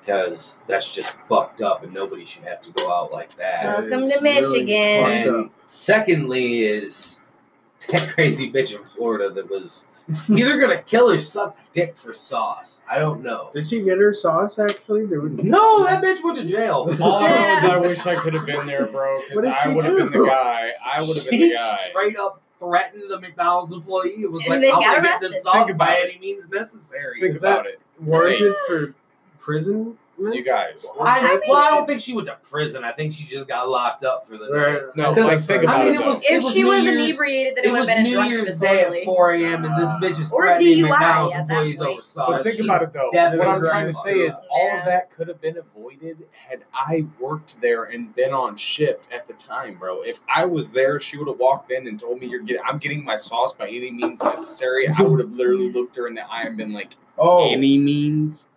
Speaker 1: because that's just fucked up and nobody should have to go out like that.
Speaker 2: Welcome
Speaker 3: It's
Speaker 2: to
Speaker 3: really
Speaker 2: Michigan.
Speaker 3: fucked
Speaker 1: And secondly is that crazy bitch in Florida that was either gonna kill or suck dick for sauce. I don't know.
Speaker 3: up. Did she get her sauce actually? There was-
Speaker 1: No, that bitch went to jail.
Speaker 4: All I know is
Speaker 2: Yeah.
Speaker 4: I wish I could have been there, bro,
Speaker 3: What
Speaker 4: because
Speaker 3: did
Speaker 4: I
Speaker 3: she
Speaker 4: would have been
Speaker 3: do?
Speaker 4: the guy. I would have been
Speaker 1: She
Speaker 4: the guy.
Speaker 1: straight up threatened the McDonald's employee. It was
Speaker 2: And
Speaker 1: like,
Speaker 2: they
Speaker 1: I'm
Speaker 2: got
Speaker 1: gonna get
Speaker 2: arrested.
Speaker 1: this sauce
Speaker 4: Think about
Speaker 1: by
Speaker 4: it.
Speaker 1: any means necessary.
Speaker 4: Think
Speaker 3: Is that-
Speaker 4: about it,
Speaker 3: warranted for prison.
Speaker 4: you guys.
Speaker 1: I,
Speaker 2: I mean-
Speaker 1: well, I don't think she went to prison. I think she just got locked up for the night.
Speaker 4: No,
Speaker 1: Because,
Speaker 4: like think about
Speaker 1: I mean,
Speaker 4: it.
Speaker 1: it
Speaker 4: though.
Speaker 1: was
Speaker 2: if
Speaker 1: it was
Speaker 2: she
Speaker 1: New
Speaker 2: was
Speaker 1: Year's-
Speaker 2: inebriated, then it,
Speaker 1: It
Speaker 2: would
Speaker 1: was
Speaker 2: have been a
Speaker 1: New
Speaker 2: drunk
Speaker 1: Year's Day
Speaker 2: disorderly.
Speaker 1: at 4 a.m. and this bitch is
Speaker 2: Or
Speaker 1: threatening
Speaker 2: DUI
Speaker 1: McDonald's
Speaker 2: at that
Speaker 1: employees
Speaker 2: point.
Speaker 1: over sauce.
Speaker 4: But think
Speaker 1: She's
Speaker 4: about it though.
Speaker 1: dead
Speaker 4: What
Speaker 1: as a
Speaker 4: I'm trying to
Speaker 1: grandma.
Speaker 4: say is all
Speaker 2: Yeah.
Speaker 4: of that could have been avoided had I worked there and been on shift at the time, bro. If I was there, she would have walked in and told me you're getting I'm getting my sauce by any means necessary. I would have literally looked her in the eye and been like,
Speaker 1: Oh,
Speaker 4: any means?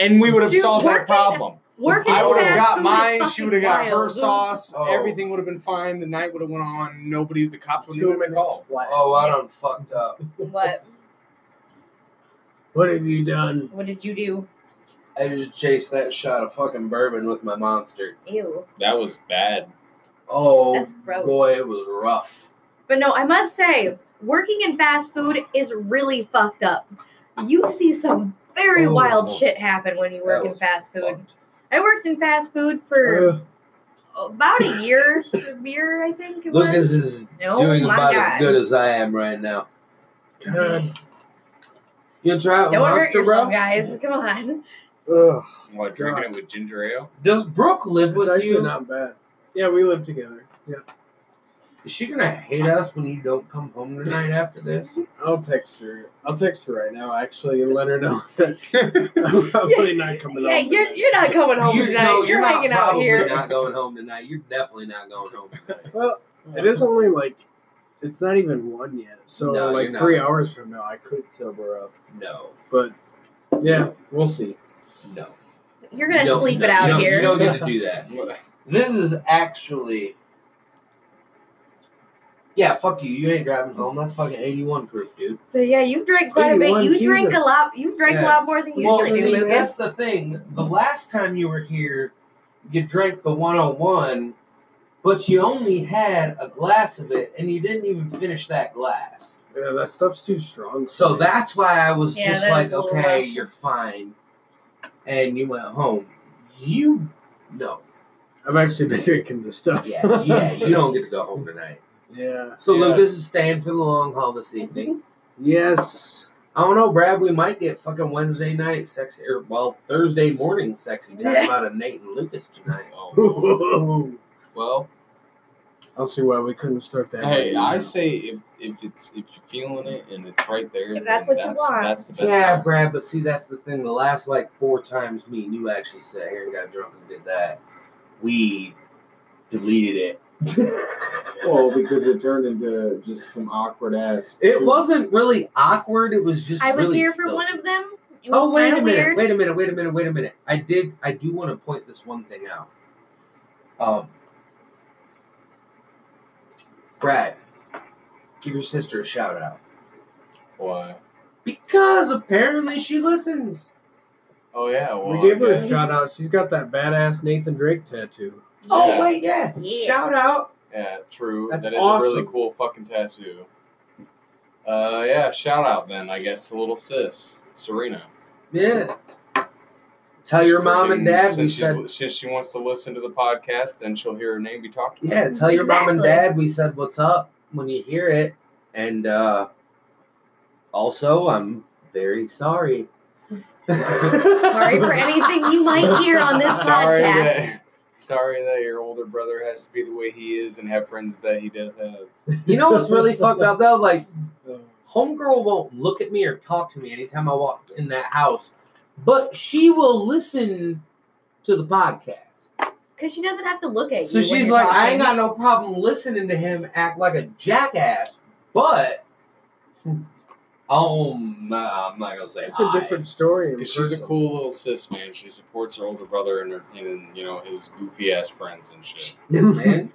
Speaker 4: And we would have
Speaker 2: Dude,
Speaker 4: solved
Speaker 2: working-
Speaker 4: that problem.
Speaker 2: Working
Speaker 4: I would
Speaker 2: fast
Speaker 4: have
Speaker 2: food
Speaker 4: got
Speaker 2: is
Speaker 4: mine.
Speaker 2: fucking
Speaker 4: She would have got her
Speaker 2: wild.
Speaker 4: sauce.
Speaker 1: Oh.
Speaker 4: Everything would have been fine. The night would have went on. Nobody, the cops wouldn't
Speaker 3: Two
Speaker 4: even make a
Speaker 3: minutes
Speaker 4: call.
Speaker 3: flat.
Speaker 1: oh, I don't fucked up.
Speaker 2: What?
Speaker 3: What have you done?
Speaker 2: What did you do?
Speaker 1: I just chased that shot of fucking bourbon with my monster.
Speaker 2: Ew,
Speaker 4: That was bad.
Speaker 1: Oh
Speaker 2: that's gross.
Speaker 1: boy, it was rough.
Speaker 2: But no, I must say, working in fast food is really fucked up. You see some very
Speaker 1: Oh.
Speaker 2: wild shit happen when you work
Speaker 1: That
Speaker 2: in
Speaker 1: was
Speaker 2: fast food.
Speaker 1: Fucked.
Speaker 2: I worked in fast food for
Speaker 3: Uh,
Speaker 2: about a year, year I think it was.
Speaker 1: Lucas is
Speaker 2: no,
Speaker 1: doing
Speaker 2: my
Speaker 1: about
Speaker 2: God.
Speaker 1: as good as I am right now.
Speaker 3: God.
Speaker 1: You try out
Speaker 2: Don't hurt
Speaker 1: Monster,
Speaker 2: yourself,
Speaker 1: bro?
Speaker 2: guys. Come on.
Speaker 3: Ugh.
Speaker 4: What drinking it with ginger ale?
Speaker 1: Does Brooke live
Speaker 3: It's
Speaker 1: with
Speaker 3: actually
Speaker 1: you?
Speaker 3: not bad. Yeah, we live together. Yeah,
Speaker 1: Is she gonna hate us when you don't come home tonight after this?
Speaker 3: I'll text her. I'll text her right now, actually, and let her know that I'm probably not coming
Speaker 2: Yeah,
Speaker 3: home.
Speaker 2: you're you're not coming home tonight.
Speaker 1: no,
Speaker 2: Oh, you're,
Speaker 1: not
Speaker 2: hanging out
Speaker 1: probably
Speaker 2: here.
Speaker 1: Not going home tonight. You're definitely not going home. Tonight.
Speaker 3: Well, it is only like it's not even one yet, so
Speaker 1: No,
Speaker 3: like
Speaker 1: you're not.
Speaker 3: three hours from now, I could sober up.
Speaker 1: No,
Speaker 3: But yeah, we'll see.
Speaker 1: no.
Speaker 2: You're gonna
Speaker 1: You don't-
Speaker 2: sleep
Speaker 1: no,
Speaker 2: it out
Speaker 1: no,
Speaker 2: here.
Speaker 1: You don't get to do that. This is actually. Yeah, fuck you. You ain't driving home. That's fucking 81 proof, dude.
Speaker 2: So yeah, you drink quite a bit.
Speaker 3: 81,
Speaker 2: You drink a
Speaker 3: Jesus.
Speaker 2: lot. You drink
Speaker 1: Yeah.
Speaker 2: a lot more than you
Speaker 1: Well,
Speaker 2: drink.
Speaker 1: see,
Speaker 2: Lucas.
Speaker 1: that's the thing. The last time you were here, you drank the 101, but you only had a glass of it, and you didn't even finish that glass.
Speaker 3: Yeah, that stuff's too strong. for
Speaker 1: So
Speaker 3: me.
Speaker 1: that's why I was
Speaker 2: Yeah,
Speaker 1: just
Speaker 2: that
Speaker 1: like,
Speaker 2: is a little
Speaker 1: okay,
Speaker 2: rough.
Speaker 1: you're fine. And you went home. You no.
Speaker 3: I've actually been drinking this stuff.
Speaker 1: Yeah, yeah, you don't get to go home tonight.
Speaker 3: yeah.
Speaker 1: So
Speaker 4: Yeah.
Speaker 1: Lucas is staying for the long haul this evening.
Speaker 3: Yes.
Speaker 1: I don't know, Brad, we might get fucking Wednesday night sexy or well, Thursday morning sexy time
Speaker 2: Yeah.
Speaker 1: out of Nate and Lucas tonight.
Speaker 3: I'll
Speaker 4: Well,
Speaker 3: see why we couldn't start that.
Speaker 4: hey,
Speaker 3: way.
Speaker 4: I say if if it's if you're feeling it and it's right there,
Speaker 2: If that's
Speaker 4: then
Speaker 2: what you
Speaker 4: that's,
Speaker 2: want.
Speaker 4: that's the best.
Speaker 1: Yeah,
Speaker 4: time.
Speaker 1: Brad, but see that's the thing. The last like four times me and you actually sat here and got drunk and did that, we deleted it.
Speaker 5: Well, because it turned into just some awkward ass.
Speaker 1: It wasn't really awkward. It was just.
Speaker 2: I was
Speaker 1: really
Speaker 2: here for
Speaker 1: filthy.
Speaker 2: one of them. It was
Speaker 1: Oh wait
Speaker 2: kinda
Speaker 1: a minute!
Speaker 2: Weird.
Speaker 1: Wait a minute! Wait a minute! Wait a minute! I did. I do want to point this one thing out. Um, Brad, give your sister a shout out
Speaker 4: Why?
Speaker 1: because apparently she listens.
Speaker 4: Oh yeah. Well,
Speaker 3: we gave
Speaker 4: I
Speaker 3: her a
Speaker 4: guess-
Speaker 3: shout out. She's got that badass Nathan Drake tattoo.
Speaker 1: Oh
Speaker 4: Yeah.
Speaker 1: wait, yeah.
Speaker 2: Yeah.
Speaker 1: Shout out.
Speaker 4: Yeah, true.
Speaker 3: That's
Speaker 4: That is a really
Speaker 3: awesome.
Speaker 4: cool fucking tattoo. Uh, yeah. Shout out then, I guess, to little sis Serena.
Speaker 1: Yeah. Tell your mom and
Speaker 4: Freaking-
Speaker 1: dad we
Speaker 4: Since, she's,
Speaker 1: said.
Speaker 4: li- since she wants to listen to the podcast, then she'll hear her name be talked. about.
Speaker 1: Yeah. Tell your mom and
Speaker 2: Exactly.
Speaker 1: dad we said what's up when you hear it, and uh, also I'm very sorry.
Speaker 2: Sorry for anything you might hear on this
Speaker 4: sorry
Speaker 2: podcast.
Speaker 4: that, sorry that your older brother has to be the way he is and have friends that he does have.
Speaker 6: You know what's really fucked up though? Like, homegirl won't look at me or talk to me anytime I walk in that house, but she will listen to the podcast.
Speaker 2: Because she doesn't have to look at you.
Speaker 6: So
Speaker 2: when
Speaker 6: she's
Speaker 2: you're
Speaker 6: like, I ain't
Speaker 2: talking.
Speaker 6: got no problem listening to him act like a jackass, but um, nah, I'm not gonna say
Speaker 3: It's a
Speaker 6: hi.
Speaker 3: different story. in
Speaker 4: Because she's a
Speaker 3: person.
Speaker 4: cool little sis, man. She supports her older brother and, her, and you know his goofy ass friends and shit.
Speaker 6: Yes, man.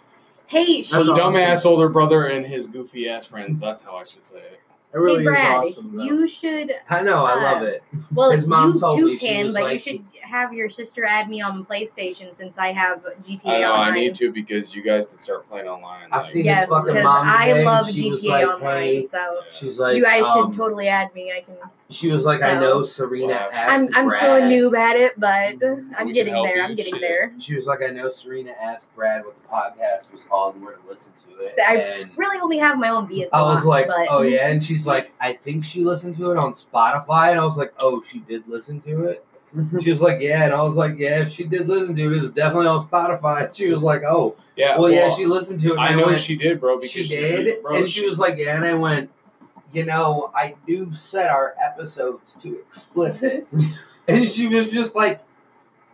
Speaker 2: Hey,
Speaker 3: That's
Speaker 2: she
Speaker 3: awesome.
Speaker 4: Dumbass older brother and his goofy ass friends. That's how I should say it.
Speaker 3: It really
Speaker 2: hey, Brad,
Speaker 3: is awesome. Though.
Speaker 2: you should.
Speaker 6: I know. I love it.
Speaker 2: Well,
Speaker 6: His mom
Speaker 2: you
Speaker 6: told
Speaker 2: too
Speaker 6: me, she
Speaker 2: can,
Speaker 6: was
Speaker 2: but you
Speaker 6: like-
Speaker 2: should have your sister add me on PlayStation since I have GTA
Speaker 4: I know I
Speaker 2: Online.
Speaker 4: need to because you guys can start playing online.
Speaker 6: I
Speaker 4: like-
Speaker 6: seen
Speaker 2: Yes,
Speaker 6: this fucking
Speaker 2: because
Speaker 6: mom
Speaker 2: I
Speaker 6: today,
Speaker 2: love
Speaker 6: she was
Speaker 2: GTA
Speaker 6: like,
Speaker 2: Online,
Speaker 6: hey,
Speaker 2: so
Speaker 6: she's like,
Speaker 2: you guys
Speaker 6: um,
Speaker 2: should totally add me. I can.
Speaker 6: She was like, I
Speaker 2: So-
Speaker 6: know Serena
Speaker 4: Wow.
Speaker 6: asked.
Speaker 2: I'm I'm
Speaker 6: Brad.
Speaker 2: still a noob at it, but I'm
Speaker 4: can
Speaker 2: getting
Speaker 4: help
Speaker 2: there.
Speaker 4: you,
Speaker 2: I'm getting
Speaker 4: shit.
Speaker 2: there.
Speaker 6: She was like, I know Serena asked Brad what the podcast was called and where to listen to it.
Speaker 2: So I-
Speaker 6: and
Speaker 2: Really, only have my own vehicle.
Speaker 6: I was like,
Speaker 2: but
Speaker 6: oh yeah. And she's like, I think she listened to it on Spotify. And I was like, oh, she did listen to it. She was like, yeah. And I was like, yeah, if she did listen to it, it was definitely on Spotify. And she was like, oh,
Speaker 4: Yeah.
Speaker 6: well, yeah, she listened to it. And
Speaker 4: I
Speaker 6: I
Speaker 4: know
Speaker 6: went,
Speaker 4: she did, bro. Because
Speaker 6: she did.
Speaker 4: bro,
Speaker 6: and she was like, yeah. And I went, you know, I do set our episodes to explicit. and she was just like,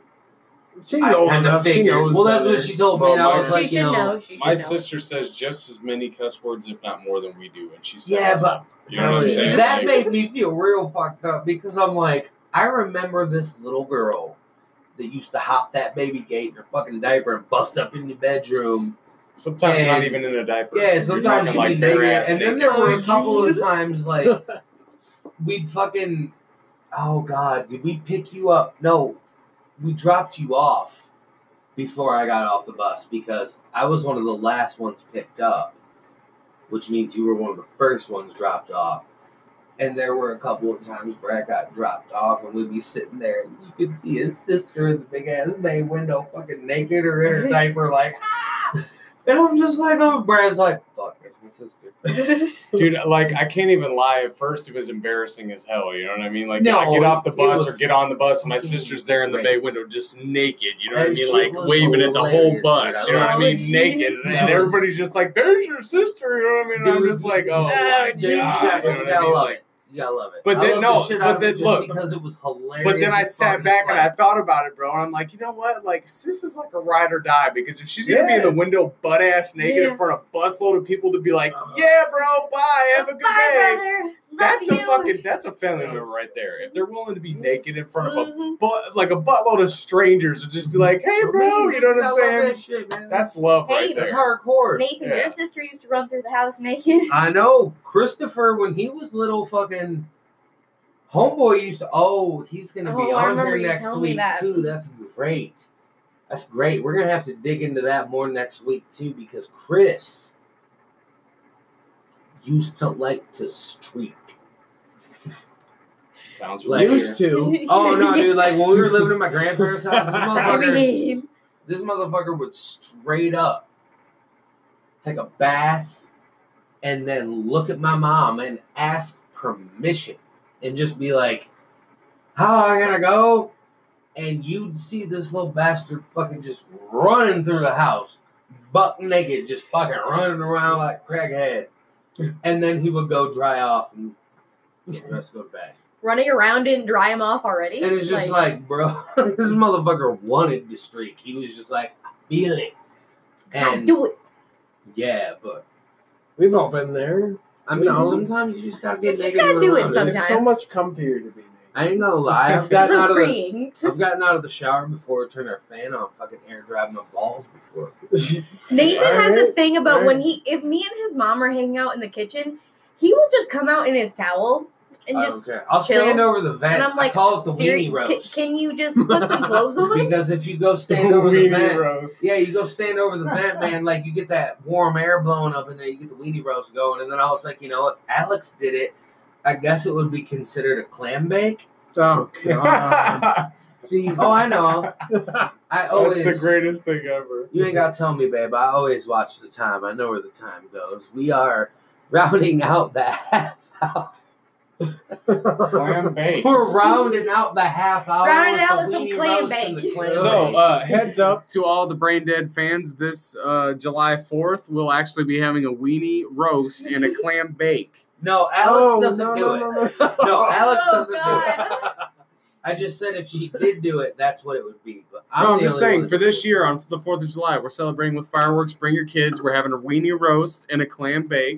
Speaker 3: She's
Speaker 6: I
Speaker 3: old
Speaker 6: kind of
Speaker 3: enough. She
Speaker 6: figured.
Speaker 3: knows
Speaker 6: Well, that's
Speaker 3: better.
Speaker 6: what she told me,
Speaker 4: Well,
Speaker 6: and I
Speaker 4: my-
Speaker 6: was
Speaker 2: she
Speaker 6: like,
Speaker 2: should
Speaker 6: you know,
Speaker 2: know. She should
Speaker 4: My
Speaker 2: know.
Speaker 4: sister says just as many cuss words, if not more, than we do, and she said,
Speaker 6: Yeah,
Speaker 4: it.
Speaker 6: but- um,
Speaker 4: you know what I'm
Speaker 3: Really?
Speaker 4: saying? Like,
Speaker 6: that made me feel real fucked up because I'm like, I remember this little girl that used to hop that baby gate in her fucking diaper and bust up in your bedroom.
Speaker 4: sometimes not
Speaker 6: and-
Speaker 4: even in a diaper.
Speaker 6: Yeah,
Speaker 4: You're talking
Speaker 6: sometimes she'd
Speaker 4: like
Speaker 6: be naked.
Speaker 4: bare ass
Speaker 6: And then
Speaker 4: naked.
Speaker 6: there were a
Speaker 2: Oh,
Speaker 6: couple of
Speaker 2: jeez.
Speaker 6: times like we'd fucking, oh god, did we pick you up? No, we dropped you off before I got off the bus because I was one of the last ones picked up, which means you were one of the first ones dropped off. And there were a couple of times Brad got dropped off, and we'd be sitting there, and you could see his sister in the big ass bay window, fucking naked or in her diaper, like, ah! And I'm just like, oh, Brad's like, fuck, that's my sister.
Speaker 4: Dude, like I can't even lie. At first, it was embarrassing as hell. You know what I mean? Like,
Speaker 6: No,
Speaker 4: I get off the
Speaker 6: it
Speaker 4: bus or
Speaker 6: was
Speaker 4: get on the bus, and my
Speaker 6: fucking
Speaker 4: sister's there in the bay
Speaker 6: great.
Speaker 4: window, just naked. You know what I
Speaker 6: That
Speaker 4: mean? Like
Speaker 6: shit was
Speaker 4: waving at the whole
Speaker 6: hilarious,
Speaker 4: bus.
Speaker 6: dude.
Speaker 4: You know what I
Speaker 2: Oh,
Speaker 4: mean?
Speaker 2: jeez.
Speaker 4: Naked,
Speaker 6: That
Speaker 4: and
Speaker 6: was-
Speaker 4: everybody's just like, "There's your sister." You know what I mean? And I'm
Speaker 6: Dude.
Speaker 4: just like, "Oh my
Speaker 2: Oh,
Speaker 4: god!"
Speaker 2: dude,
Speaker 4: You
Speaker 2: you
Speaker 4: know
Speaker 6: gotta- you
Speaker 4: what I
Speaker 6: gotta
Speaker 4: mean?
Speaker 6: love
Speaker 4: Like,
Speaker 6: Yeah, I love it.
Speaker 4: But
Speaker 6: I
Speaker 4: then-
Speaker 6: love
Speaker 4: no,
Speaker 6: the shit
Speaker 4: but
Speaker 6: out of
Speaker 4: then
Speaker 6: it just
Speaker 4: look.
Speaker 6: because it was hilarious.
Speaker 4: But then I
Speaker 6: as fuck,
Speaker 4: sat
Speaker 6: it's
Speaker 4: back and I
Speaker 6: like,
Speaker 4: thought about it, bro. And I'm like, you know what? Like, sis is like a ride or die because if she's gonna be in
Speaker 6: Yeah.
Speaker 4: the window butt ass naked
Speaker 2: Yeah.
Speaker 4: in front of a busload of people to be like,
Speaker 6: Uh-huh.
Speaker 4: yeah, bro, bye, have a good
Speaker 2: Bye,
Speaker 4: day.
Speaker 2: brother. Love
Speaker 4: That's a
Speaker 2: you.
Speaker 4: fucking that's a family member right there. If they're willing to be
Speaker 6: Mm-hmm.
Speaker 4: naked in front of a
Speaker 2: Mhm.
Speaker 4: butt like a buttload of strangers and just be like, hey, bro, you know what
Speaker 6: I
Speaker 4: I'm
Speaker 6: love
Speaker 4: saying?
Speaker 6: That shit, man.
Speaker 4: That's love right
Speaker 2: Hey,
Speaker 6: that's
Speaker 4: there.
Speaker 6: hardcore.
Speaker 2: Nathan,
Speaker 4: Yeah.
Speaker 2: your sister used to run through the house naked.
Speaker 6: I know Christopher when he was little, fucking homeboy used to. Oh, he's gonna
Speaker 2: Oh,
Speaker 6: be
Speaker 2: I
Speaker 6: on
Speaker 2: remember
Speaker 6: here
Speaker 2: you
Speaker 6: next
Speaker 2: telling me
Speaker 6: week
Speaker 2: that.
Speaker 6: too. That's great. That's great. We're gonna have to dig into that more next week too because Chris used to like to streak.
Speaker 4: Sounds
Speaker 6: Like-
Speaker 4: familiar.
Speaker 3: used to.
Speaker 6: Oh no, dude! Like when we were living in my grandparents' house, this
Speaker 2: I
Speaker 6: motherfucker.
Speaker 2: mean,
Speaker 6: this motherfucker would straight up take a bath and then look at my mom and ask permission and just be like, How am I gonna go? And you'd see this little bastard fucking just running through the house, buck naked, just fucking running around like crackhead. And then he would go dry off and get dressed, go to bed.
Speaker 2: running around and dry him off already.
Speaker 6: And it's just like, bro, this motherfucker wanted the streak. He was just like, I feel it.
Speaker 2: "God,
Speaker 6: And
Speaker 2: do it.
Speaker 6: yeah, but
Speaker 3: We've all been there.
Speaker 6: I mean,
Speaker 3: No.
Speaker 6: sometimes you just gotta
Speaker 2: You
Speaker 6: get
Speaker 2: just
Speaker 6: naked
Speaker 2: gotta
Speaker 6: and
Speaker 2: do
Speaker 6: run
Speaker 2: it
Speaker 6: around.
Speaker 2: some-
Speaker 3: It's so
Speaker 2: Sometimes.
Speaker 3: much comfier to be
Speaker 6: I ain't gonna lie, I've
Speaker 2: It's
Speaker 6: gotten out
Speaker 2: so
Speaker 6: of the
Speaker 2: freeing.
Speaker 6: I've gotten out of the shower before, turned our fan on, fucking air dried my balls before.
Speaker 3: naked.
Speaker 2: Nathan
Speaker 3: All
Speaker 2: has a
Speaker 3: right,
Speaker 2: thing about
Speaker 3: all
Speaker 2: when he, if me and his mom are hanging out in the kitchen, he will just come out in his towel and
Speaker 6: I
Speaker 2: just.
Speaker 6: don't care. I'll
Speaker 2: chill.
Speaker 6: stand over the vent.
Speaker 2: And I'm like,
Speaker 6: Oh, I call it the
Speaker 2: "Siri,
Speaker 6: weenie
Speaker 2: ca-
Speaker 6: roast.
Speaker 2: Can, you just put some clothes on?
Speaker 6: because if you go stand over the
Speaker 4: Weenie
Speaker 6: vent,
Speaker 4: roast.
Speaker 6: yeah, you go stand over the vent, man. Like you get that warm air blowing up in there, you get the weenie roast going, and then I was like, you know, if Alex did it, I guess it would be considered a clam bake.
Speaker 3: oh god. Jesus.
Speaker 6: Oh, I know. I always
Speaker 4: That's the greatest thing ever.
Speaker 6: Oh, You ain't gotta tell me, babe. I always watch the time. I know where the time goes. We are rounding out the half hour
Speaker 3: Clam bake.
Speaker 6: We're rounding out the half hour.
Speaker 2: Rounding out
Speaker 6: the
Speaker 2: with some
Speaker 6: weenie
Speaker 2: clam
Speaker 6: roast and
Speaker 2: bake.
Speaker 6: the clam
Speaker 4: So,
Speaker 6: bake.
Speaker 4: uh, heads up to all the Brain Dead fans. This uh, July 4th, we'll actually be having a weenie roast and a clam bake.
Speaker 6: no, Alex
Speaker 7: Oh,
Speaker 6: doesn't
Speaker 7: no,
Speaker 6: do
Speaker 7: no,
Speaker 6: it.
Speaker 7: No, no.
Speaker 6: No, Alex
Speaker 2: Oh,
Speaker 6: doesn't do it.
Speaker 2: God.
Speaker 6: I just said if she did do it, that's what it would be. But I'm,
Speaker 4: no, I'm
Speaker 6: the
Speaker 4: just
Speaker 6: only
Speaker 4: saying,
Speaker 6: one
Speaker 4: for
Speaker 6: that's
Speaker 4: this year on the 4th of July, we're celebrating with fireworks. Bring your kids. We're having a weenie roast and a clam bake.